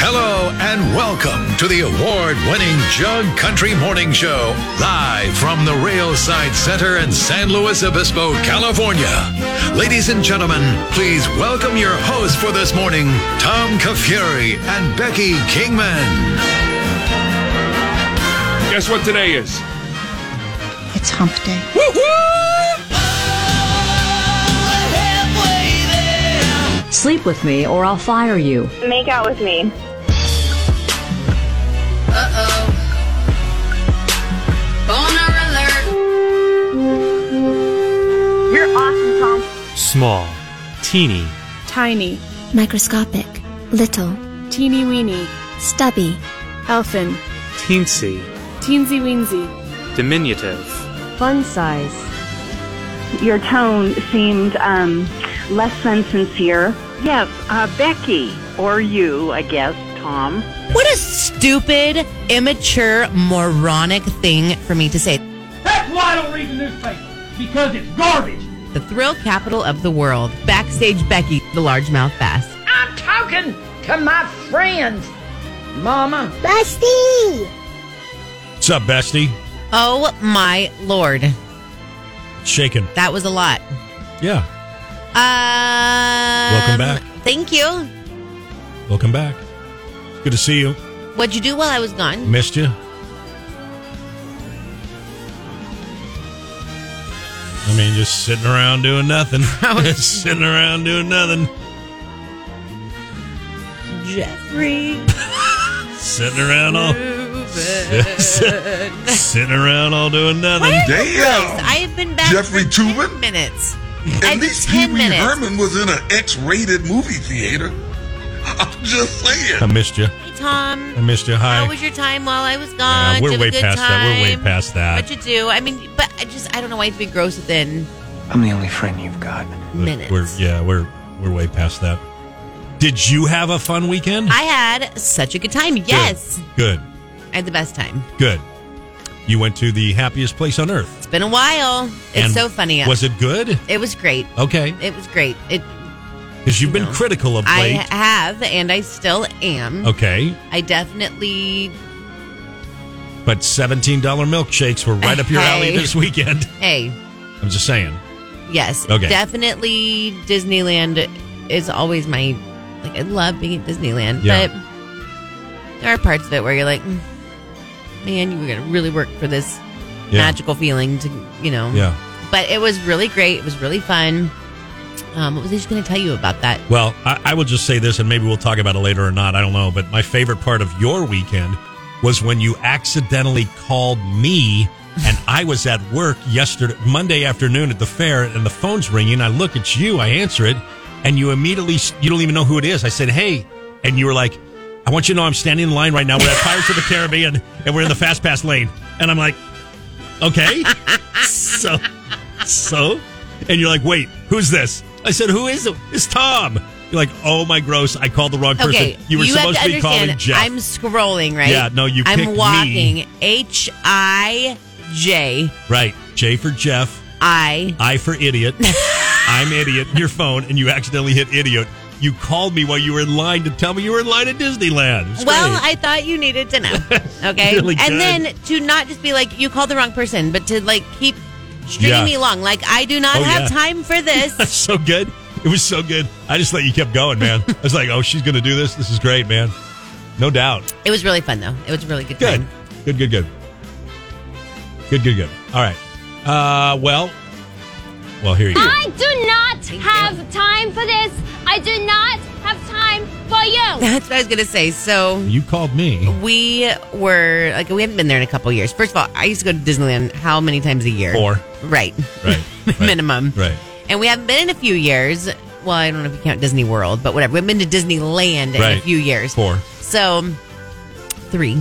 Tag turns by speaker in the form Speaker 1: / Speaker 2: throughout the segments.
Speaker 1: Hello and welcome to the award winning Jug Country Morning Show, live from the Railside Center in San Luis Obispo, California. Ladies and gentlemen, please welcome your hosts for this morning, Tom Kafuri and Becky Kingman.
Speaker 2: Guess what today is?
Speaker 3: It's hump day.
Speaker 4: Sleep with me or I'll fire you.
Speaker 5: Make out with me. You're awesome, Tom.
Speaker 6: small, teeny,
Speaker 7: tiny,
Speaker 8: microscopic, little,
Speaker 7: teeny weeny,
Speaker 8: stubby,
Speaker 7: elfin,
Speaker 6: teensy,
Speaker 7: teensy weensy,
Speaker 6: diminutive,
Speaker 4: Fun size.
Speaker 5: Your tone seemed um, less than sincere.
Speaker 9: Yes, uh, Becky, or you, I guess, Tom.
Speaker 10: What a stupid, immature, moronic thing for me to say.
Speaker 11: That's why I don't read the newspaper because it's garbage.
Speaker 10: The thrill capital of the world. Backstage Becky, the largemouth bass.
Speaker 11: I'm talking to my friends, Mama.
Speaker 12: What's up, bestie?
Speaker 10: Oh my lord.
Speaker 12: Shaking.
Speaker 10: That was a lot.
Speaker 12: Yeah.
Speaker 10: Um, Welcome
Speaker 12: back.
Speaker 10: Thank you.
Speaker 12: Welcome back. Good to see you.
Speaker 10: What'd you do while I was gone?
Speaker 12: Missed you. I mean, just sitting around doing nothing. just sitting around doing nothing.
Speaker 10: Jeffrey.
Speaker 12: Sitting around all. sitting around all doing nothing.
Speaker 10: Guys, I have been back
Speaker 2: Jeffrey
Speaker 10: for
Speaker 2: Toobin?
Speaker 10: 10 minutes.
Speaker 2: At
Speaker 10: I've been
Speaker 2: least Pee
Speaker 10: 10
Speaker 2: Wee
Speaker 10: minutes.
Speaker 2: Herman was in an X-rated movie theater. I'm just
Speaker 12: I
Speaker 2: saying.
Speaker 12: missed you.
Speaker 10: Hey, Tom.
Speaker 12: I missed you. Hi.
Speaker 10: How was your time while I was
Speaker 12: Yeah,
Speaker 10: gone?
Speaker 12: we're
Speaker 10: Did you have a good
Speaker 12: way past that. We're way
Speaker 10: time?
Speaker 12: past that.
Speaker 10: What'd you do? I mean, but I just, I don't know why you have to be gross within
Speaker 11: I'm the only friend you've got.
Speaker 10: minutes.
Speaker 12: We're yeah, we're we're way past that. Did you have a fun weekend?
Speaker 10: I had such a good time. Yes,
Speaker 12: Good.
Speaker 10: I had the best time.
Speaker 12: Good. You went to the happiest place on earth.
Speaker 10: It's been a while. It's
Speaker 12: And
Speaker 10: so funny.
Speaker 12: Was it good?
Speaker 10: It was great.
Speaker 12: Okay.
Speaker 10: It was great. It.
Speaker 12: Because you've been
Speaker 10: No.
Speaker 12: critical of
Speaker 10: I
Speaker 12: late.
Speaker 10: have, and I still am.
Speaker 12: okay.
Speaker 10: I definitely.
Speaker 12: But $17 milkshakes were right up your alley
Speaker 10: Hey.
Speaker 12: this weekend.
Speaker 10: Hey,
Speaker 12: I'm just saying.
Speaker 10: yes.
Speaker 12: Okay.
Speaker 10: Definitely, Disneyland is always my. Like, I love being at Disneyland,
Speaker 12: Yeah.
Speaker 10: but there are parts of it where you're like, "Mm, man, you were gonna really work for this
Speaker 12: Yeah.
Speaker 10: magical feeling to, you know.
Speaker 12: Yeah.
Speaker 10: But it was really great. It was really fun. Um, what was I just going to tell you about that?
Speaker 12: Well, I, I will just say this, and maybe we'll talk about it later or not. I don't know. But my favorite part of your weekend was when you accidentally called me, and I was at work yesterday, Monday afternoon at the fair, and the phone's ringing. I look at you, I answer it, and you immediately, s- you don't even know who it is. I said, hey. And you were like, I want you to know I'm standing in line right now. We're at Pirates of the Caribbean, and we're in the fast pass lane. And I'm like, okay. so, so, and you're like, wait, who's this? I said, who is it? It's Tom. You're like, oh my gross, I called the wrong person.
Speaker 10: Okay,
Speaker 12: you were
Speaker 10: have
Speaker 12: supposed to, be
Speaker 10: understand,
Speaker 12: calling Jeff.
Speaker 10: I'm scrolling, right?
Speaker 12: Yeah, no, you picked
Speaker 10: I'm
Speaker 12: me.
Speaker 10: walking. H I J
Speaker 12: right, J for Jeff,
Speaker 10: I.
Speaker 12: I for idiot. I'm idiot. Your phone, and you accidentally hit idiot. You called me while you were in line to tell me you were in line at Disneyland. It was
Speaker 10: Well,
Speaker 12: great.
Speaker 10: I thought you needed to know. Okay,
Speaker 12: Really good.
Speaker 10: and then to not just be like you called the wrong person, but to like keep stringing
Speaker 12: Yeah.
Speaker 10: me along. Like I do not
Speaker 12: Oh,
Speaker 10: have
Speaker 12: yeah.
Speaker 10: time for
Speaker 12: That's
Speaker 10: this.
Speaker 12: so good. It was so good. I just thought you kept going, man. I was like, oh, she's going to do this. This is great, man. No doubt.
Speaker 10: it was really fun though. It was a really good.
Speaker 12: Good.
Speaker 10: Time.
Speaker 12: Good, good, good. Good, good, good. All right. Uh, well, well, here you go.
Speaker 8: I do not
Speaker 10: Thank
Speaker 8: have
Speaker 10: you.
Speaker 8: time for this. I do not have time for
Speaker 12: Oh.
Speaker 8: you.
Speaker 10: That's what I was gonna say. So
Speaker 12: You called
Speaker 10: Oh.
Speaker 12: me
Speaker 10: we were like we haven't been there in a couple years. First of all, I used to go to Disneyland how many times a year?
Speaker 12: four.
Speaker 10: Right.
Speaker 12: Right. right,
Speaker 10: Minimum.
Speaker 12: Right.
Speaker 10: And we haven't been in a few years. Well, I don't know if you count Disney World, but whatever. We've been to Disneyland in
Speaker 12: Right.
Speaker 10: a few years.
Speaker 12: Four.
Speaker 10: So three.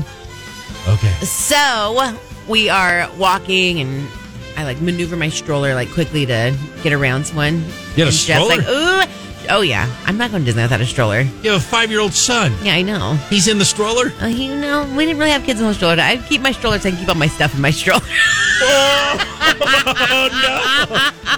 Speaker 12: Okay.
Speaker 10: So we are walking and I like maneuver my stroller like quickly to get around someone.
Speaker 12: You had a
Speaker 10: and Jeff's
Speaker 12: stroller?
Speaker 10: like, ooh Oh yeah, I'm not going to Disney without a stroller.
Speaker 12: You have a five year old son.
Speaker 10: Yeah, I know.
Speaker 12: He's in the stroller.
Speaker 10: Uh, you know, we didn't really have kids in the stroller. I keep my stroller so I can keep all my stuff in my stroller.
Speaker 12: oh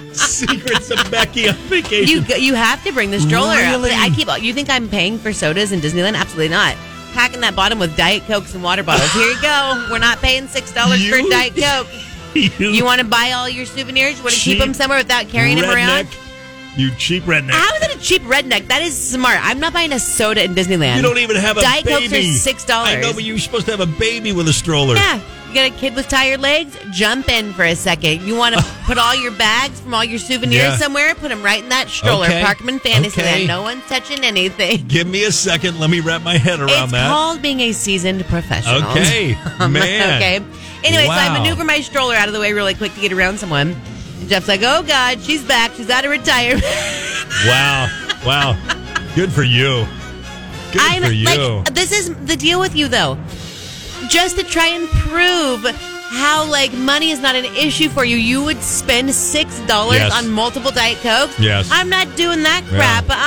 Speaker 12: no! Secrets of Becky on vacation.
Speaker 10: You go- you have to bring the stroller. up.
Speaker 12: Really?
Speaker 10: I keep. You think I'm paying for sodas in Disneyland? Absolutely not. Packing that bottom with diet cokes and water bottles. Here you go. We're not paying six dollars for
Speaker 12: You-
Speaker 10: diet coke.
Speaker 12: You,
Speaker 10: You want to buy all your souvenirs? You want to keep
Speaker 12: Cheap
Speaker 10: them somewhere without carrying them around?
Speaker 12: redneck. You cheap redneck.
Speaker 10: How is it a cheap redneck? That is smart. I'm not buying a soda in Disneyland.
Speaker 12: you don't even have a
Speaker 10: Diet
Speaker 12: baby.
Speaker 10: Cokes are six dollars.
Speaker 12: I know, but you're supposed to have a baby with a stroller.
Speaker 10: Yeah. You got a kid with tired legs? Jump in for a second. You want to put all your bags from all your souvenirs
Speaker 12: Yeah.
Speaker 10: somewhere? Put them right in that stroller.
Speaker 12: Okay.
Speaker 10: Park them in Fantasyland.
Speaker 12: Okay.
Speaker 10: No one's touching anything.
Speaker 12: Give me a second. Let me wrap my head around
Speaker 10: it's
Speaker 12: that.
Speaker 10: called being a seasoned professional.
Speaker 12: Okay.
Speaker 10: Um,
Speaker 12: Man.
Speaker 10: okay. Anyway, so I
Speaker 12: Wow.
Speaker 10: maneuver my stroller out of the way really quick to get around someone. And Jeff's like, oh, God, she's back. She's out of retirement.
Speaker 12: Wow. Wow. Good for you. Good
Speaker 10: I'm
Speaker 12: for you.
Speaker 10: like, this is the deal with you though. Just to try and prove how like money is not an issue for you, you would spend six dollars
Speaker 12: Yes.
Speaker 10: on multiple diet cokes.
Speaker 12: Yes.
Speaker 10: I'm not doing that
Speaker 12: Yeah,
Speaker 10: crap.
Speaker 12: sorry.
Speaker 10: Uh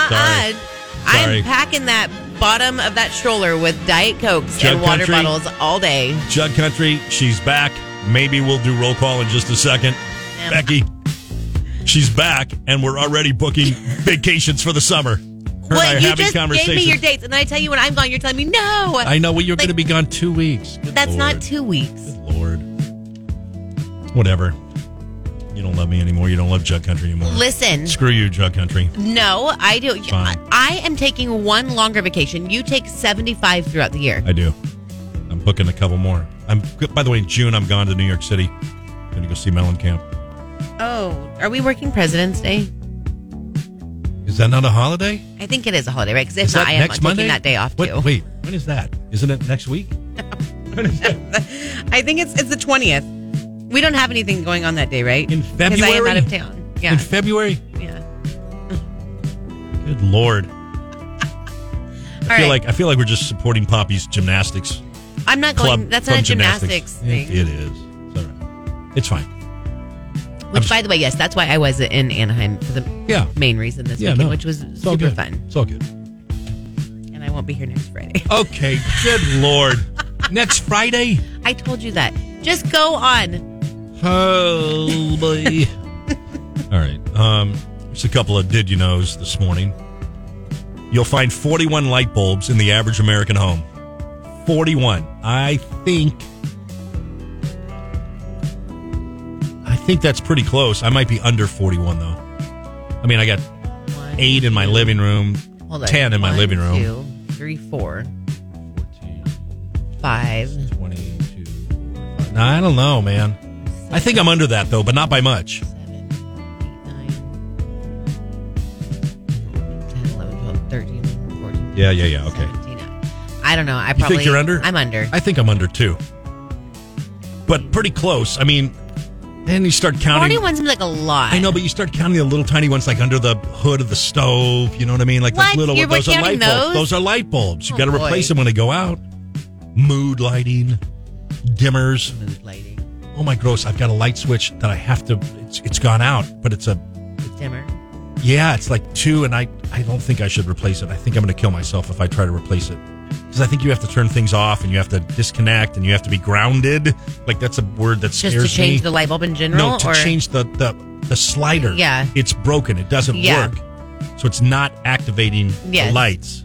Speaker 10: uh-uh.
Speaker 12: Sorry.
Speaker 10: I'm packing that bottom of that stroller with diet cokes
Speaker 12: Jug
Speaker 10: and water
Speaker 12: Country?
Speaker 10: bottles all day.
Speaker 12: Jug Country, she's back. Maybe we'll do roll call in just a second. Becky, she's back, and we're already booking vacations for the summer. Her and I are
Speaker 10: What you
Speaker 12: having
Speaker 10: just gave me
Speaker 12: conversations.
Speaker 10: your dates, and then I tell you when I'm gone, you're telling me no.
Speaker 12: I know. Well, you're
Speaker 10: Like-
Speaker 12: going to be gone two weeks. Good
Speaker 10: That's
Speaker 12: Lord.
Speaker 10: not two weeks.
Speaker 12: Lord. Whatever. You don't love me anymore. You don't love Jug Country anymore.
Speaker 10: Listen.
Speaker 12: Screw you, Jug Country.
Speaker 10: No, I do.
Speaker 12: Fine.
Speaker 10: I am taking one longer vacation. You take 75 throughout the year.
Speaker 12: I do. I'm booking a couple more. I'm. By the way, in June, I'm gone to New York City. Going to go see Mellencamp.
Speaker 10: Oh, are we working President's Day?
Speaker 12: Is that not a holiday?
Speaker 10: I think it is a holiday, right? Because if
Speaker 12: Is
Speaker 10: not,
Speaker 12: that
Speaker 10: I am
Speaker 12: next
Speaker 10: taking
Speaker 12: Monday?
Speaker 10: that day off
Speaker 12: What-
Speaker 10: too.
Speaker 12: Wait, when is that? Isn't it next week?
Speaker 10: I think it's it's the 20th. We don't have anything going on that day, right?
Speaker 12: In
Speaker 10: 'Cause I am
Speaker 12: February?
Speaker 10: out of town. Yeah.
Speaker 12: In February?
Speaker 10: yeah.
Speaker 12: Good lord.
Speaker 10: All
Speaker 12: I feel
Speaker 10: right.
Speaker 12: like I feel like we're just supporting Poppy's gymnastics
Speaker 10: I'm not
Speaker 12: club.
Speaker 10: going. That's
Speaker 12: club
Speaker 10: not a gymnastics, thing.
Speaker 12: It, it is. It's all right. It's fine.
Speaker 10: Which, by the way, yes, that's why I was in Anaheim for the
Speaker 12: Yeah.
Speaker 10: main reason this
Speaker 12: Yeah,
Speaker 10: weekend,
Speaker 12: no.
Speaker 10: which was
Speaker 12: It's all
Speaker 10: super
Speaker 12: good.
Speaker 10: fun.
Speaker 12: It's all good.
Speaker 10: And I won't be here next Friday.
Speaker 12: Okay. Good lord. Next Friday.
Speaker 10: I told you that. Just go on.
Speaker 12: Holy. All right. Um, just a couple of did you knows this morning. You'll find 41 light bulbs in the average American home. 41. I think. I think that's pretty close. I might be under 41 though. I mean, I got eight in my living room,
Speaker 10: Hold on.
Speaker 12: 10 in my
Speaker 10: One,
Speaker 12: living room.
Speaker 10: Two, three, four, five.
Speaker 12: 22. No, I don't know, man. I think I'm under that though, but not by much.
Speaker 10: seven, eight, nine, 10, 11, 12, 13, 14.
Speaker 12: Yeah, yeah, yeah, okay.
Speaker 10: 17. I don't know. I
Speaker 12: You
Speaker 10: probably
Speaker 12: think you're under?
Speaker 10: I'm under.
Speaker 12: I think I'm under too. But pretty close. I mean, then you start counting.
Speaker 10: 41 seems like a lot.
Speaker 12: I know, but you start counting the little tiny ones like under the hood of the stove. You know what I mean? Like those
Speaker 10: What?
Speaker 12: little.
Speaker 10: You're
Speaker 12: those are light
Speaker 10: counting
Speaker 12: bulbs.
Speaker 10: those?
Speaker 12: Those are light bulbs. You
Speaker 10: Oh,
Speaker 12: got to replace
Speaker 10: boy.
Speaker 12: them when they go out. Mood lighting, dimmers.
Speaker 10: Mood lighting,
Speaker 12: Oh my gross! I've got a light switch that I have to. It's, it's gone out, but it's a
Speaker 10: dimmer.
Speaker 12: yeah, it's like two, and I I don't think I should replace it. I think I'm going to kill myself if I try to replace it because I think you have to turn things off and you have to disconnect and you have to be grounded. Like that's a word that
Speaker 10: Just to
Speaker 12: scares
Speaker 10: change
Speaker 12: me.
Speaker 10: the light bulb in general?
Speaker 12: no, to
Speaker 10: or
Speaker 12: change the the the slider.
Speaker 10: Yeah.
Speaker 12: it's broken. It doesn't
Speaker 10: Yeah.
Speaker 12: work, so it's not activating the
Speaker 10: Yes.
Speaker 12: lights.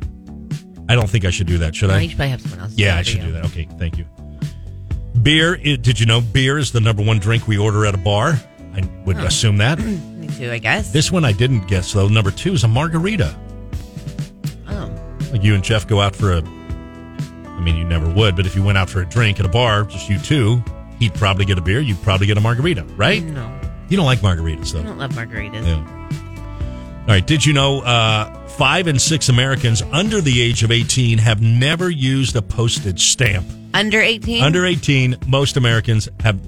Speaker 12: I don't think I should do that. Should
Speaker 10: No,
Speaker 12: I?
Speaker 10: Oh, you should probably have someone else.
Speaker 12: Yeah, I
Speaker 10: for
Speaker 12: should
Speaker 10: you.
Speaker 12: do that. Okay, thank you. Beer. It, did you know beer is the number one drink we order at a bar? I would assume that.
Speaker 10: Me too, I guess.
Speaker 12: This one I didn't guess though. Number two is a margarita.
Speaker 10: oh,
Speaker 12: Like you and Jeff go out for a. I mean, you never would, but if you went out for a drink at a bar, just you two, he'd probably get a beer. You'd probably get a margarita, right?
Speaker 10: no.
Speaker 12: You don't like margaritas,
Speaker 10: I
Speaker 12: though.
Speaker 10: don't love margaritas.
Speaker 12: Yeah. All right. Did you know uh, five in six Americans under the age of 18 have never used a postage stamp?
Speaker 10: Under 18?
Speaker 12: Under 18, most Americans have.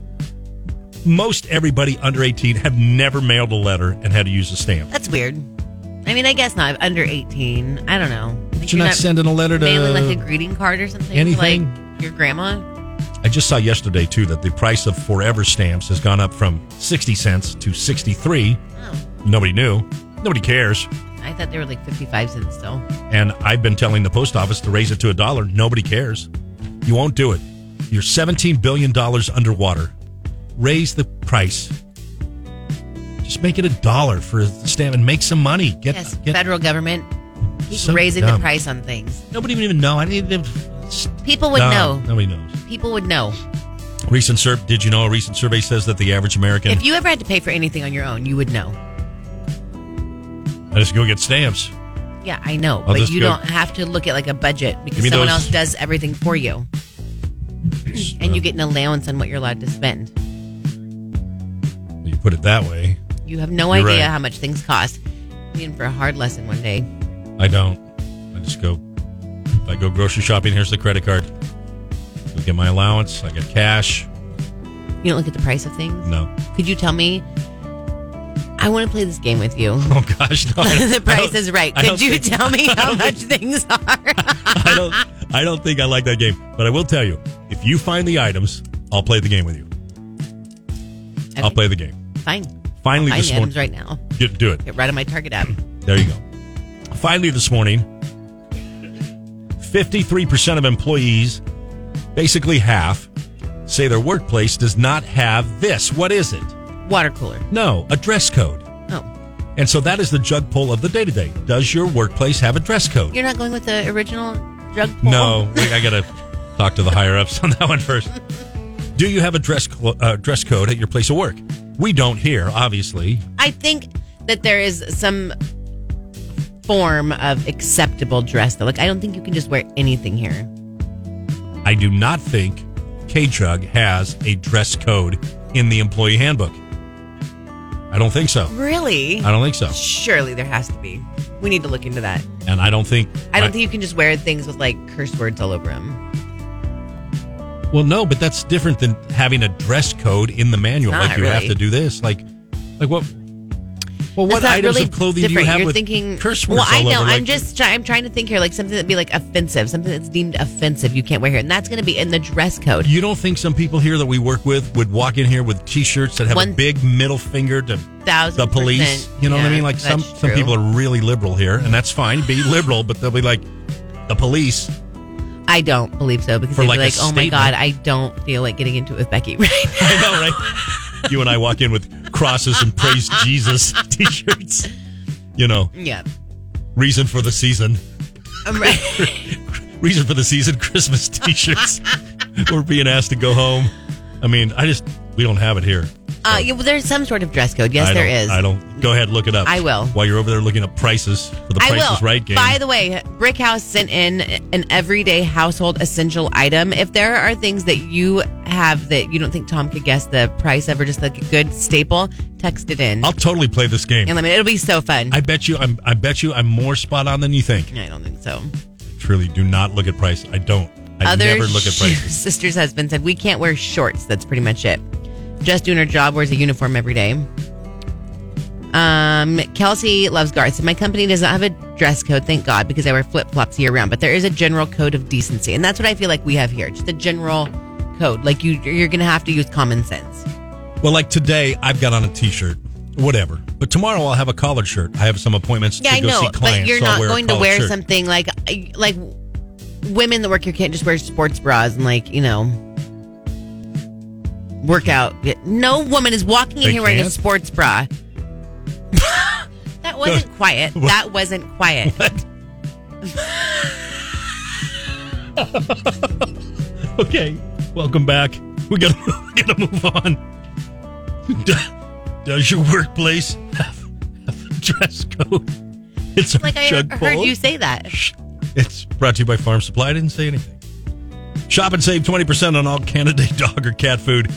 Speaker 12: Most everybody under 18 have never mailed a letter and had to use a stamp.
Speaker 10: That's weird. I mean, I guess not. Under 18. I don't know.
Speaker 12: But you're not sending a letter to-
Speaker 10: Mailing like a greeting card or something?
Speaker 12: Anything?
Speaker 10: Like your grandma?
Speaker 12: I just saw yesterday too that the price of Forever stamps has gone up from 60 cents to 63.
Speaker 10: Oh.
Speaker 12: Nobody knew. Nobody cares.
Speaker 10: I thought they were like 55 cents still.
Speaker 12: And I've been telling the post office to raise it to a dollar. Nobody cares. You won't do it. You're $17 billion underwater. Raise the price. Just make it a dollar for a stamp and make some money. Get,
Speaker 10: yes,
Speaker 12: get-
Speaker 10: federal government keeps
Speaker 12: So
Speaker 10: raising the
Speaker 12: dumb.
Speaker 10: price on things.
Speaker 12: Nobody would even know. I didn't even.
Speaker 10: People would
Speaker 12: No,
Speaker 10: know.
Speaker 12: Nobody knows.
Speaker 10: People would know.
Speaker 12: Recent sur- Did you know a recent survey says that the average American.
Speaker 10: If you ever had to pay for anything on your own, you would know.
Speaker 12: I just go get stamps.
Speaker 10: Yeah, I know,
Speaker 12: I'll
Speaker 10: but
Speaker 12: just
Speaker 10: you
Speaker 12: go-
Speaker 10: don't have to look at like a budget because
Speaker 12: Give me
Speaker 10: someone
Speaker 12: those-
Speaker 10: else does everything for you, and you get an allowance on what you're allowed to spend.
Speaker 12: You put it that way.
Speaker 10: You have no
Speaker 12: You're
Speaker 10: idea
Speaker 12: right.
Speaker 10: how much things cost. Be in for a hard lesson one day.
Speaker 12: I don't. I just go. If I go grocery shopping, here's the credit card. Go get my allowance. I get cash.
Speaker 10: You don't look at the price of things.
Speaker 12: No.
Speaker 10: Could you tell me? I want to play this game with you.
Speaker 12: Oh gosh, no. I don't-
Speaker 10: the
Speaker 12: I
Speaker 10: price
Speaker 12: don't-
Speaker 10: is right.
Speaker 12: I
Speaker 10: Could
Speaker 12: don't
Speaker 10: you
Speaker 12: think-
Speaker 10: tell me
Speaker 12: I
Speaker 10: how
Speaker 12: don't
Speaker 10: much things are?
Speaker 12: I don't. I don't think I like that game, but I will tell you: if you find the items, I'll play the game with you. I'll
Speaker 10: Okay.
Speaker 12: play the game.
Speaker 10: Fine.
Speaker 12: Finally,
Speaker 10: I'll
Speaker 12: this
Speaker 10: find the
Speaker 12: morning,
Speaker 10: items right now.
Speaker 12: Get- do it.
Speaker 10: Get right on my Target app.
Speaker 12: There you go. Finally, this morning, 53% of employees, basically half, say their workplace does not have this. What is it?
Speaker 10: Water cooler.
Speaker 12: No, a dress code.
Speaker 10: Oh,
Speaker 12: And so that is the jug poll of the day today. Does your workplace have a dress code?
Speaker 10: you're not going with the original drug? Pool?
Speaker 12: No, wait, I got to talk to the higher ups on that one first. Do you have a dress clo- uh, dress code at your place of work? We don't here, obviously.
Speaker 10: I think that there is some form of acceptable dress though. Like I don't think you can just wear anything here.
Speaker 12: I do not think K Jug has a dress code in the employee handbook. I don't think so.
Speaker 10: Really?
Speaker 12: I don't think so.
Speaker 10: Surely there has to be. We need to look into that.
Speaker 12: And I don't think.
Speaker 10: I don't think you can just wear things with like curse words all over them.
Speaker 12: Well, no, but that's different than having a dress code in the manual.
Speaker 10: Not
Speaker 12: like you have
Speaker 10: really.
Speaker 12: to do this. Like, like what? Well,
Speaker 10: That's
Speaker 12: what
Speaker 10: not
Speaker 12: items
Speaker 10: really
Speaker 12: of clothing do you
Speaker 10: different.
Speaker 12: have
Speaker 10: You're
Speaker 12: with
Speaker 10: thinking,
Speaker 12: curse words
Speaker 10: Well, I
Speaker 12: all
Speaker 10: know.
Speaker 12: over?
Speaker 10: I'm
Speaker 12: Like,
Speaker 10: just try, I'm trying to think here, like something that'd be like offensive, something that's deemed offensive. You can't wear here, and that's going to be in the dress code.
Speaker 12: You don't think some people here that we work with would walk in here with T-shirts that have a
Speaker 10: One-
Speaker 12: big middle finger to
Speaker 10: Thousand
Speaker 12: the police?
Speaker 10: percent.
Speaker 12: You know what I
Speaker 10: Yeah,
Speaker 12: mean? Like some
Speaker 10: that's
Speaker 12: some
Speaker 10: true.
Speaker 12: people are really liberal here, and that's fine. Be liberal, but they'll be like the police.
Speaker 10: I don't believe so because
Speaker 12: For
Speaker 10: they'd
Speaker 12: like
Speaker 10: be
Speaker 12: a
Speaker 10: like, oh my
Speaker 12: statement.
Speaker 10: god, I don't feel like getting into it with Becky right now.
Speaker 12: I know, right? you and I walk in with crosses and praise Jesus T-shirts. You know,
Speaker 10: yeah,
Speaker 12: reason for the season.
Speaker 10: I'm right.
Speaker 12: reason for the season Christmas t-shirts. We're being asked to go home. I mean, I just we don't have it here.
Speaker 10: Uh, yeah, well, there's some sort of dress code. Yes,
Speaker 12: I
Speaker 10: there
Speaker 12: don't-
Speaker 10: is.
Speaker 12: I don't. Go ahead, look it up.
Speaker 10: I will.
Speaker 12: While you're over there looking up prices for the
Speaker 10: I
Speaker 12: Price
Speaker 10: will.
Speaker 12: is Right game.
Speaker 10: By the way, Brickhouse sent in an everyday household essential item. If there are things that you have that you don't think Tom could guess the price of, or just like a good staple, text it in
Speaker 12: I'll totally play this game.
Speaker 10: and let me. It'll be so fun.
Speaker 12: I bet you. I'm, I bet you. I'm more spot on than you think.
Speaker 10: I don't think so.
Speaker 12: Truly, do not look at price. I don't. I
Speaker 10: Other
Speaker 12: never look at
Speaker 10: shoe-
Speaker 12: prices.
Speaker 10: sister's husband said we can't wear shorts. That's pretty much it. Just doing her job wears a uniform every day. Um, Kelsey loves Garth. said, My company doesn't have a dress code, thank God, because I wear flip flops year round. But there is a general code of decency, and that's what I feel like we have here. Just a general code. Like you, you're going to have to use common sense.
Speaker 12: Well, like today, I've got on a t-shirt. Whatever. But tomorrow, I'll have a collared shirt. I have some appointments
Speaker 10: Yeah,
Speaker 12: to
Speaker 10: I
Speaker 12: go see
Speaker 10: know,
Speaker 12: clients.
Speaker 10: but you're
Speaker 12: so I'll
Speaker 10: not
Speaker 12: wear a
Speaker 10: going to
Speaker 12: collared
Speaker 10: wear
Speaker 12: shirt.
Speaker 10: something like like women that work here can't just wear sports bras and like you know workout. No woman is walking in
Speaker 12: They
Speaker 10: here wearing a
Speaker 12: can't?
Speaker 10: sports bra. that wasn't quiet.
Speaker 12: What?
Speaker 10: That wasn't quiet.
Speaker 12: What? okay, welcome back. We gotta, we gotta move on. Do- Does your workplace have, have a dress code? It's our
Speaker 10: Like I
Speaker 12: jug
Speaker 10: heard
Speaker 12: bowl.
Speaker 10: you say that.
Speaker 12: It's brought to you by Farm Supply. I didn't say anything. Shop and save 20% on all Canada Day dog or cat food.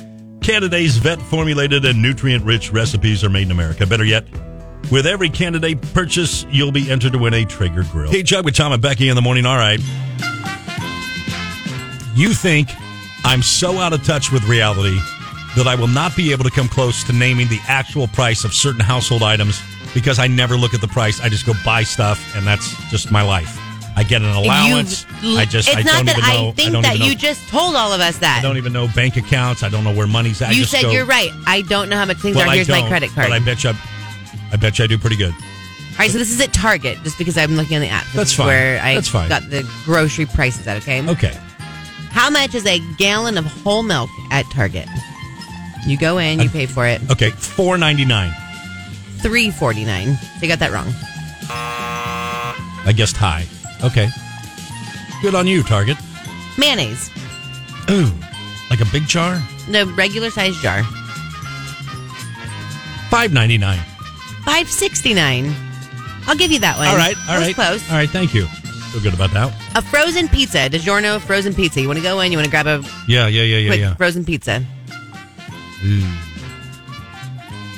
Speaker 12: Canada Day's vet formulated and nutrient rich recipes are made in America. Better yet, with every Canada Day purchase, you'll be entered to win a Traeger grill. Hey, Jug with Tom and Becky in the morning. All right. You think I'm so out of touch with reality that I will not be able to come close to naming the actual price of certain household items because I never look at the price. I just go buy stuff, and that's just my life. I get an allowance.
Speaker 10: You-
Speaker 12: I just
Speaker 10: it's
Speaker 12: I
Speaker 10: not
Speaker 12: don't
Speaker 10: that
Speaker 12: even know.
Speaker 10: I think
Speaker 12: don't
Speaker 10: that
Speaker 12: even know-
Speaker 10: you just told all of us that.
Speaker 12: I don't even know bank accounts. I don't know where money's at. I
Speaker 10: you
Speaker 12: just
Speaker 10: said
Speaker 12: go,
Speaker 10: you're right. I don't know how much things
Speaker 12: Well,
Speaker 10: are.
Speaker 12: I
Speaker 10: Here's
Speaker 12: don't,
Speaker 10: my credit card.
Speaker 12: But I bet you, I bet you I do pretty good.
Speaker 10: All right, so this is at Target, just because I'm looking on the app. This
Speaker 12: That's
Speaker 10: is
Speaker 12: fine.
Speaker 10: Where I
Speaker 12: That's fine.
Speaker 10: got the grocery prices at. Okay.
Speaker 12: Okay.
Speaker 10: How much is a gallon of whole milk at Target? You go in,
Speaker 12: Uh,
Speaker 10: you pay for it.
Speaker 12: Okay, four ninety nine.
Speaker 10: Three forty nine. They got that wrong.
Speaker 12: I guessed high. Okay. Good on you, Target.
Speaker 10: Mayonnaise,
Speaker 12: Ooh, like a big jar?
Speaker 10: the regular size jar,
Speaker 12: Five ninety nine.
Speaker 10: five sixty nine. I'll give you that one.
Speaker 12: All right, all
Speaker 10: It was
Speaker 12: right.
Speaker 10: close.
Speaker 12: All right, thank you. Feel good about that.
Speaker 10: A frozen pizza, DiGiorno frozen pizza. You want to go in, you want to grab a
Speaker 12: Yeah, yeah, yeah, yeah,
Speaker 10: quick
Speaker 12: yeah.
Speaker 10: frozen pizza.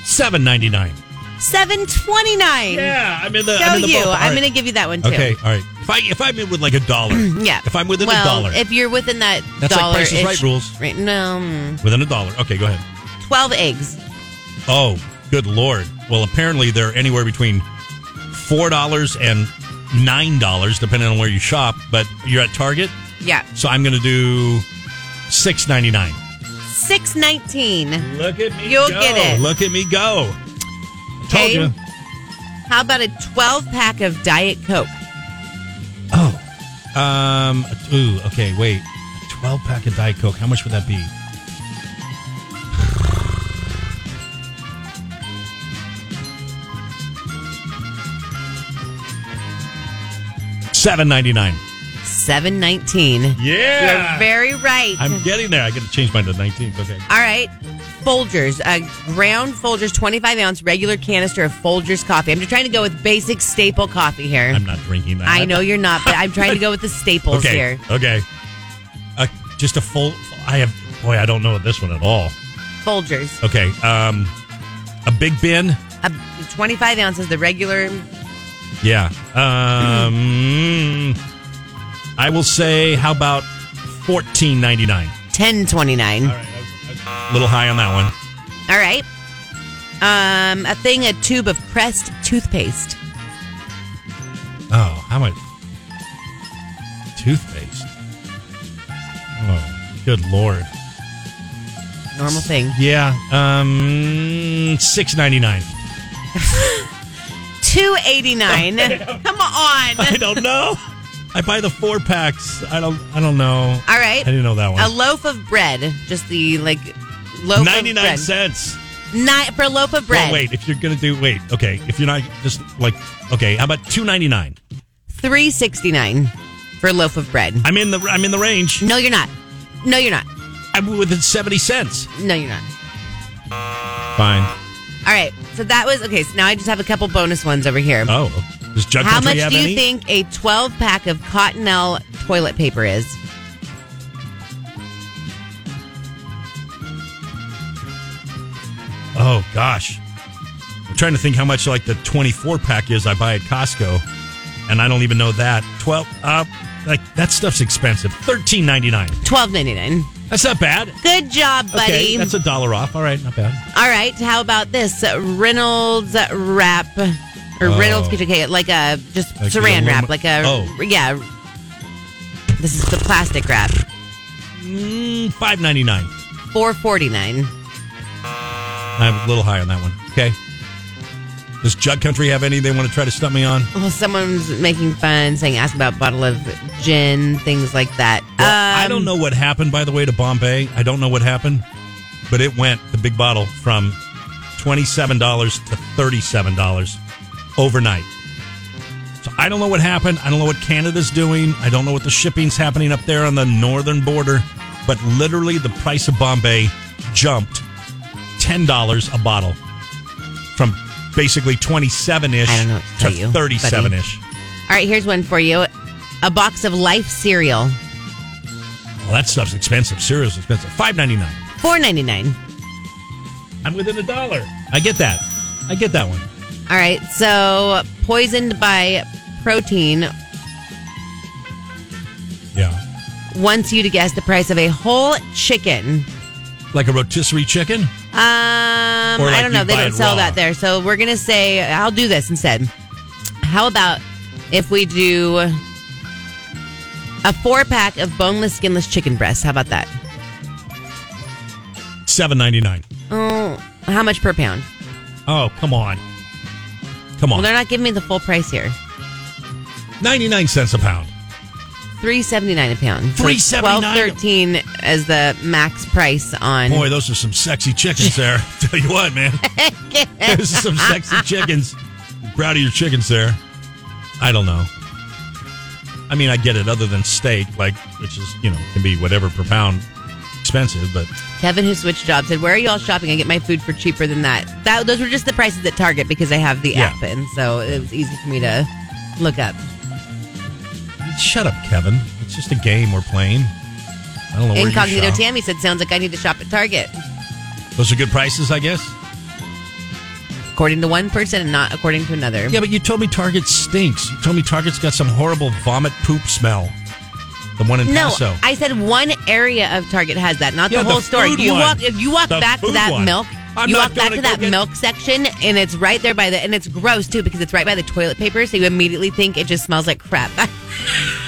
Speaker 12: Seven ninety nine.
Speaker 10: Seven twenty nine.
Speaker 12: Yeah, I'm in the-
Speaker 10: Go
Speaker 12: I'm in the
Speaker 10: you.
Speaker 12: ballpark.
Speaker 10: I'm going to give you that one too.
Speaker 12: Okay, all right. If I if I'm in with like a dollar,
Speaker 10: Yeah.
Speaker 12: If I'm within
Speaker 10: well,
Speaker 12: a dollar,
Speaker 10: if you're within that
Speaker 12: That's like
Speaker 10: dollar,
Speaker 12: Price is Right rules.
Speaker 10: Right, no, mm,
Speaker 12: within a dollar. Okay, go ahead.
Speaker 10: twelve eggs.
Speaker 12: Oh, good lord. Well, apparently they're anywhere between four dollars and nine dollars, depending on where you shop. But you're at Target,
Speaker 10: Yeah,
Speaker 12: so I'm going to do six ninety nine.
Speaker 10: six nineteen.
Speaker 12: Look at me.
Speaker 10: You'll
Speaker 12: go.
Speaker 10: get it.
Speaker 12: Look at me go. I told
Speaker 10: Okay.
Speaker 12: you.
Speaker 10: How about a twelve pack of Diet Coke?
Speaker 12: Oh. Um. Ooh. Okay. Wait. A Twelve pack of Diet Coke. How much would that be? Seven ninety nine.
Speaker 10: Seven nineteen.
Speaker 12: Yeah.
Speaker 10: You're very right.
Speaker 12: I'm getting there. I got to change mine to nineteen. Okay.
Speaker 10: All right. Folgers, a ground Folgers 25 ounce regular canister of Folgers coffee. I'm just trying to go with basic staple coffee here.
Speaker 12: I'm not drinking that.
Speaker 10: I know you're not, but I'm trying to go with the staples
Speaker 12: okay.
Speaker 10: here.
Speaker 12: Okay. Uh, just a full. I have. Boy, I don't know this one at all.
Speaker 10: Folgers,
Speaker 12: Okay. Um. A big bin.
Speaker 10: a, 25 ounces, the regular.
Speaker 12: Yeah. Um, I will say, how about fourteen ninety nine?
Speaker 10: 1029. All
Speaker 12: right. A little high on that one.
Speaker 10: Um, a thing, a tube of pressed toothpaste.
Speaker 12: Oh, how much toothpaste? Oh, good lord.
Speaker 10: Normal thing.
Speaker 12: Yeah. Um, six ninety nine.
Speaker 10: 289. Come on.
Speaker 12: I don't know. I buy the four packs. I don't. I don't know.
Speaker 10: All right.
Speaker 12: I didn't know that one.
Speaker 10: A loaf of bread, just the like loaf
Speaker 12: Ninety
Speaker 10: of bread.
Speaker 12: nine cents.
Speaker 10: Ni- for a loaf of bread.
Speaker 12: Well, wait. If you're gonna do, wait. Okay. If you're not just like, okay. How about two ninety nine?
Speaker 10: 369 for a loaf of bread.
Speaker 12: I'm in the I'm in the range.
Speaker 10: No, you're not. No, you're not.
Speaker 12: I'm within seventy cents.
Speaker 10: No, you're not.
Speaker 12: Fine.
Speaker 10: All right. So that was okay. So now I just have a couple bonus ones over here.
Speaker 12: Oh, does Jug
Speaker 10: How
Speaker 12: Country
Speaker 10: much
Speaker 12: have
Speaker 10: do you
Speaker 12: any?
Speaker 10: think a 12 pack of Cottonelle toilet paper is?
Speaker 12: Oh gosh, I'm trying to think how much like the 24 pack is I buy at Costco, and I don't even know that. 12. Uh, like that stuff's expensive. 13.99.
Speaker 10: 12.99.
Speaker 12: That's not bad.
Speaker 10: Good job, buddy.
Speaker 12: Okay, that's a dollar off. All right, not bad.
Speaker 10: All right. How about this Reynolds wrap or
Speaker 12: Oh.
Speaker 10: Reynolds kitchen cake, like a just
Speaker 12: Like the
Speaker 10: Saran wrap,
Speaker 12: alumi-
Speaker 10: like a
Speaker 12: Oh.
Speaker 10: yeah. This is the plastic wrap.
Speaker 12: Mm, 5.99.
Speaker 10: 449.
Speaker 12: I'm a little high on that one. Okay. Does Jug Country have any they want to try to stump me on?
Speaker 10: Well, Oh, someone's making fun, saying ask about bottle of gin, things like that.
Speaker 12: Well,
Speaker 10: Um,
Speaker 12: I don't know what happened, by the way, to Bombay. I don't know what happened, but it went the big bottle from twenty-seven dollars to thirty-seven dollars overnight. So I don't know what happened. I don't know what Canada's doing. I don't know what the shipping's happening up there on the northern border. But literally, the price of Bombay jumped ten dollars a bottle from basically twenty-seven ish
Speaker 10: I don't know what to
Speaker 12: to
Speaker 10: tell you,
Speaker 12: thirty-seven ish.
Speaker 10: All right, here's one for you: a box of Life cereal,
Speaker 12: Well, that stuff's expensive. Cereal's expensive. Five ninety-nine.
Speaker 10: four ninety nine.
Speaker 12: I'm within a dollar. I get that. I get that one.
Speaker 10: All right, so poisoned by protein
Speaker 12: Yeah.
Speaker 10: wants you to guess the price of a whole chicken.
Speaker 12: Like a rotisserie chicken?
Speaker 10: Um, I
Speaker 12: like
Speaker 10: don't
Speaker 12: you
Speaker 10: know; they
Speaker 12: buy
Speaker 10: don't
Speaker 12: it
Speaker 10: sell
Speaker 12: raw.
Speaker 10: that there. So we're gonna say I'll do this instead. How about if we do a four pack of boneless, skinless chicken breasts? How about that?
Speaker 12: Seven ninety nine.
Speaker 10: Oh, how much per pound?
Speaker 12: Oh, come on. Come on.
Speaker 10: Well, they're not giving me the full price here.
Speaker 12: 99 cents a pound.
Speaker 10: 379 a pound. So it's
Speaker 12: 379.
Speaker 10: 1213 as the max price on
Speaker 12: Boy, those are some sexy chickens there. Tell you what, man. Those are some sexy chickens. Proud of your chickens there. I don't know. I mean, I get it. Other than steak, like which is you know can be whatever per pound expensive, but
Speaker 10: Kevin, who switched jobs, said, "Where are y'all shopping? I get my food for cheaper than that." That those were just the prices at Target because I have the
Speaker 12: Yeah.
Speaker 10: app, and so it was easy for me to look up.
Speaker 12: shut up, Kevin. It's just a game we're playing. I don't know where
Speaker 10: Incognito
Speaker 12: you shop.
Speaker 10: Tammy said, "Sounds like I need to shop at Target."
Speaker 12: Those are good prices, I guess.
Speaker 10: According to one person, and not according to another.
Speaker 12: Yeah, but you told me Target stinks. You told me Target's got some horrible vomit poop smell. The one in
Speaker 10: no,
Speaker 12: Paso.
Speaker 10: I said one area of Target has that, not
Speaker 12: Yeah,
Speaker 10: the
Speaker 12: the
Speaker 10: whole store.
Speaker 12: food
Speaker 10: You
Speaker 12: one.
Speaker 10: walk if you walk
Speaker 12: The
Speaker 10: back to
Speaker 12: food
Speaker 10: that
Speaker 12: one.
Speaker 10: milk.
Speaker 12: I'm
Speaker 10: you
Speaker 12: not
Speaker 10: walk back
Speaker 12: gonna
Speaker 10: to
Speaker 12: go
Speaker 10: that
Speaker 12: get-
Speaker 10: milk section, and it's right there by the, and it's gross too because it's right by the toilet paper. So you immediately think it just smells like crap.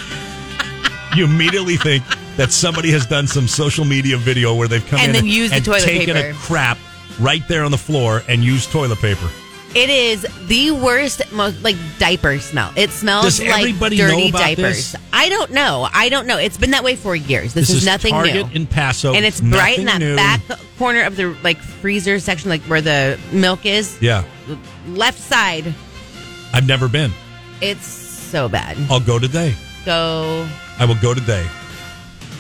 Speaker 12: you immediately think that somebody has done some social media video where they've come
Speaker 10: And
Speaker 12: in
Speaker 10: then used the
Speaker 12: and
Speaker 10: toilet
Speaker 12: taken a
Speaker 10: paper.
Speaker 12: crap right there on the floor and used toilet paper.
Speaker 10: It is the worst, most like diaper smell. It smells
Speaker 12: Does
Speaker 10: like
Speaker 12: everybody
Speaker 10: dirty
Speaker 12: know about
Speaker 10: diapers.
Speaker 12: this?
Speaker 10: I don't know. I don't know. It's been that way for years. This, is, nothing
Speaker 12: Target
Speaker 10: new.
Speaker 12: in Paso,
Speaker 10: and it's bright in that
Speaker 12: nothing new.
Speaker 10: back corner of the like freezer section, like where the milk is.
Speaker 12: Yeah,
Speaker 10: Left side.
Speaker 12: I've never been.
Speaker 10: It's so bad.
Speaker 12: I'll go today.
Speaker 10: Go.
Speaker 12: I will go today.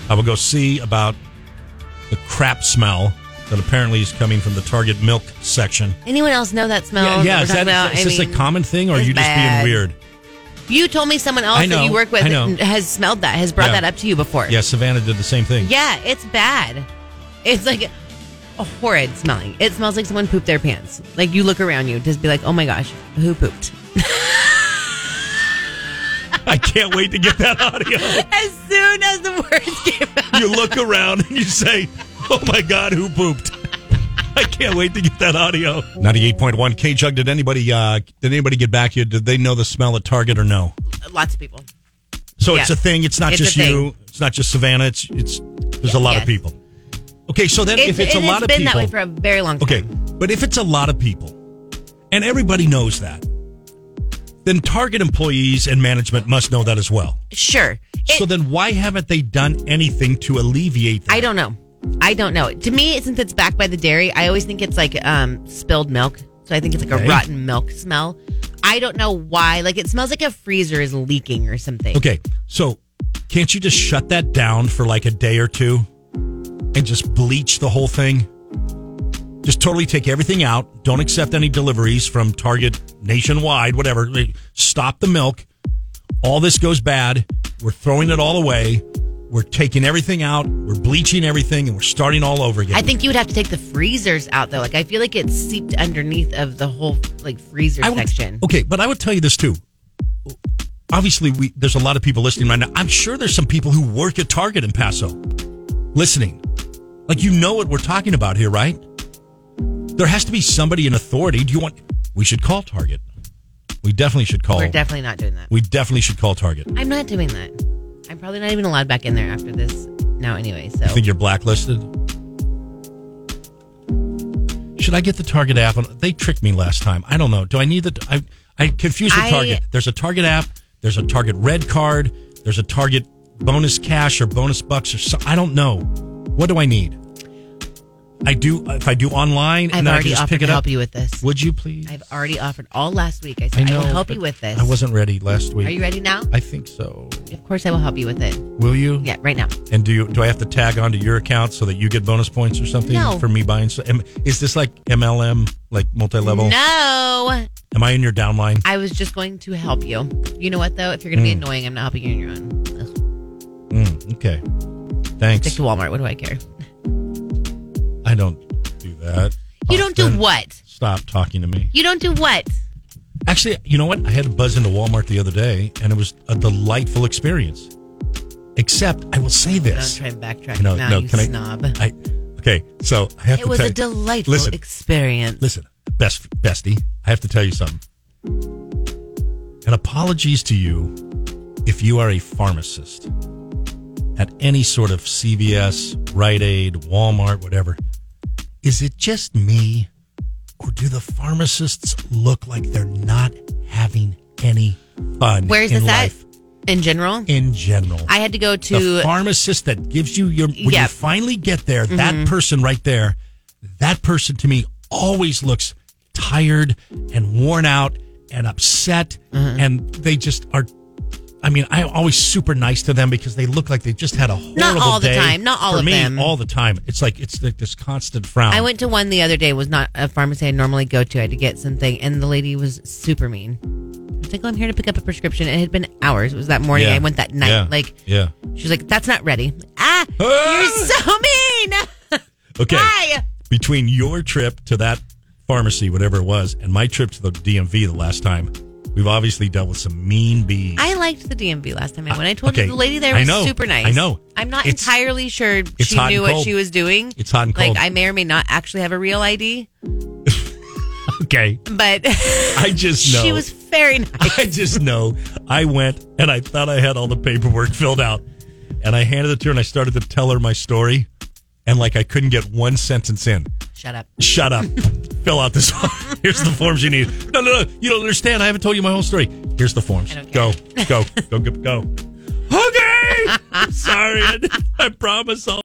Speaker 12: I will go see about the crap smell that apparently is coming from the Target milk section.
Speaker 10: Anyone else know that smell?
Speaker 12: yeah,
Speaker 10: we're
Speaker 12: yeah is
Speaker 10: talking
Speaker 12: that
Speaker 10: about?
Speaker 12: is
Speaker 10: I
Speaker 12: this
Speaker 10: mean,
Speaker 12: a common thing, or are
Speaker 10: it's
Speaker 12: you just
Speaker 10: bad.
Speaker 12: being weird?
Speaker 10: You told me someone else
Speaker 12: I know,
Speaker 10: that you work with
Speaker 12: I know.
Speaker 10: has smelled that, has brought
Speaker 12: Yeah.
Speaker 10: that up to you before.
Speaker 12: Yeah, Savannah did the same thing.
Speaker 10: Yeah, it's bad. It's like a horrid smelling. It smells like someone pooped their pants. Like you look around you, just be like, oh my gosh, who pooped?
Speaker 12: I can't wait to get that audio.
Speaker 10: As soon as the words came out,
Speaker 12: you look around and you say, "Oh my God, who pooped?" I can't wait to get that audio. Ninety-eight point one K Jug. Did anybody uh, did anybody get back to you? Did they know the smell at Target or no?
Speaker 10: Lots of people.
Speaker 12: So
Speaker 10: Yes.
Speaker 12: it's a thing. It's not
Speaker 10: It's
Speaker 12: just
Speaker 10: a thing.
Speaker 12: you. It's not just Savannah. It's it's there's a lot
Speaker 10: Yes.
Speaker 12: of people. Okay, so then if it's
Speaker 10: it
Speaker 12: a lot
Speaker 10: has
Speaker 12: of
Speaker 10: been
Speaker 12: people,
Speaker 10: that way for a very long time.
Speaker 12: okay, but if it's a lot of people, and everybody knows that, then Target employees and management must know that as well.
Speaker 10: Sure.
Speaker 12: so then why haven't they done anything to alleviate that?
Speaker 10: I don't know. I don't know. To me, since it's back by the dairy, I always think it's like um, spilled milk. So I think it's like
Speaker 12: Okay.
Speaker 10: a rotten milk smell. I don't know why. Like it smells like a freezer is leaking or something.
Speaker 12: Okay, so can't you just shut that down for like a day or two and just bleach the whole thing? Just totally take everything out. Don't accept any deliveries from Target nationwide, whatever. Like, Stop the milk. All this goes bad. We're throwing it all away. We're taking everything out. We're bleaching everything and we're starting all over again.
Speaker 10: I think you would have to take the freezers out though. Like I feel like it's seeped underneath of the whole like freezer
Speaker 12: I would-
Speaker 10: section.
Speaker 12: Okay, but I would tell you this too. Obviously, we there's a lot of people listening right now. I'm sure there's some people who work at Target in Paso listening. Like you know what we're talking about here, right? There has to be somebody in authority. Do you want? We should call Target. We definitely should call.
Speaker 10: We're definitely not doing that.
Speaker 12: we definitely should call Target.
Speaker 10: I'm not doing that. I'm probably not even allowed back in there after this now anyway. So
Speaker 12: I think you're blacklisted. Should I get the Target app? On, they tricked me last time. I don't know. Do I need the? I I confuse the
Speaker 10: I-
Speaker 12: Target. There's a Target app. There's a Target Red Card. There's a Target bonus cash or bonus bucks or so. I don't know. What do I need? I do if I do online
Speaker 10: I've
Speaker 12: and then I can
Speaker 10: already
Speaker 12: just
Speaker 10: offered
Speaker 12: pick it
Speaker 10: to
Speaker 12: up.
Speaker 10: help you with this.
Speaker 12: Would you please?
Speaker 10: I've already offered all last week. I said I, will help
Speaker 12: but
Speaker 10: you with this.
Speaker 12: I wasn't ready last week.
Speaker 10: Are you ready now?
Speaker 12: I think so.
Speaker 10: Of course I will help you with it.
Speaker 12: Will you?
Speaker 10: Yeah, right now.
Speaker 12: And do you do I have to tag onto your account so that you get bonus points or something
Speaker 10: No.
Speaker 12: for me buying? So, am- is this like MLM, like multi level?
Speaker 10: No.
Speaker 12: Am I in your downline?
Speaker 10: I was just going to help you. You know what though? If you're gonna be
Speaker 12: Mm.
Speaker 10: annoying, I'm not helping you on your own. Ugh,
Speaker 12: Mm, okay,
Speaker 10: Stick
Speaker 12: thanks.
Speaker 10: to Walmart. What do I care?
Speaker 12: I don't do that.
Speaker 10: You don't do
Speaker 12: often.
Speaker 10: what?
Speaker 12: Stop talking to me.
Speaker 10: You don't do what?
Speaker 12: Actually, you know what? I had to buzz into Walmart the other day, and it was a delightful experience. Except, I will say this.
Speaker 10: Don't try and backtrack
Speaker 12: No,
Speaker 10: now,
Speaker 12: no,
Speaker 10: you
Speaker 12: can I-
Speaker 10: snob.
Speaker 12: I okay, so I have
Speaker 10: it
Speaker 12: to.
Speaker 10: was
Speaker 12: tell
Speaker 10: a
Speaker 12: you-
Speaker 10: delightful
Speaker 12: Listen,
Speaker 10: experience.
Speaker 12: Listen, best bestie, I have to tell you something. And apologies to you if you are a pharmacist at any sort of CVS, Rite Aid, Walmart, whatever. Is it just me or do the pharmacists look like they're not having any fun?
Speaker 10: Where's
Speaker 12: in
Speaker 10: this at?
Speaker 12: life?
Speaker 10: In general?
Speaker 12: In general,
Speaker 10: I had to go to.
Speaker 12: the pharmacist that gives you your when you
Speaker 10: Yep.
Speaker 12: finally get there. That
Speaker 10: Mhm.
Speaker 12: person right there, that person to me always looks tired and worn out and upset,
Speaker 10: Mm-hmm.
Speaker 12: and they just are. I mean, I'm always super nice to them because they look like they just had a horrible
Speaker 10: all the
Speaker 12: day.
Speaker 10: time, not all
Speaker 12: For
Speaker 10: of
Speaker 12: me,
Speaker 10: them.
Speaker 12: All the time, it's like it's like this constant frown.
Speaker 10: I went to one the other day. Was not a pharmacy I normally go to. I had to get something, and the lady was super mean. I was like, "Oh, I'm here to pick up a prescription." It had been hours. It was that morning.
Speaker 12: Yeah.
Speaker 10: I went that night.
Speaker 12: Yeah.
Speaker 10: Like,
Speaker 12: Yeah.
Speaker 10: she was like, "That's not ready." Ah, you're so mean.
Speaker 12: Okay.
Speaker 10: Why?
Speaker 12: Between your trip to that pharmacy, whatever it was, and my trip to the DMV the last time, we've obviously dealt with some mean bees.
Speaker 10: I liked the DMV last time I went. I told
Speaker 12: okay.
Speaker 10: you the lady there
Speaker 12: I
Speaker 10: was
Speaker 12: know.
Speaker 10: super nice.
Speaker 12: I know.
Speaker 10: I'm not
Speaker 12: It's-
Speaker 10: entirely sure
Speaker 12: it's
Speaker 10: she
Speaker 12: hot
Speaker 10: knew
Speaker 12: and
Speaker 10: what
Speaker 12: cold.
Speaker 10: she was doing.
Speaker 12: It's hot and
Speaker 10: like
Speaker 12: cold.
Speaker 10: I may or may not actually have a real ID,
Speaker 12: Okay.
Speaker 10: but
Speaker 12: I just know.
Speaker 10: she was very nice.
Speaker 12: I just know. I went and I thought I had all the paperwork filled out, and I handed it to her and I started to tell her my story, and like I couldn't get one sentence in.
Speaker 10: Shut up.
Speaker 12: Shut up. Fill out this. form. Here's the forms you need. No, no, no. You don't understand. I haven't told you my whole story. Here's the forms. Go, go, go, go, go. Okay. Sorry. I, I promise I'll.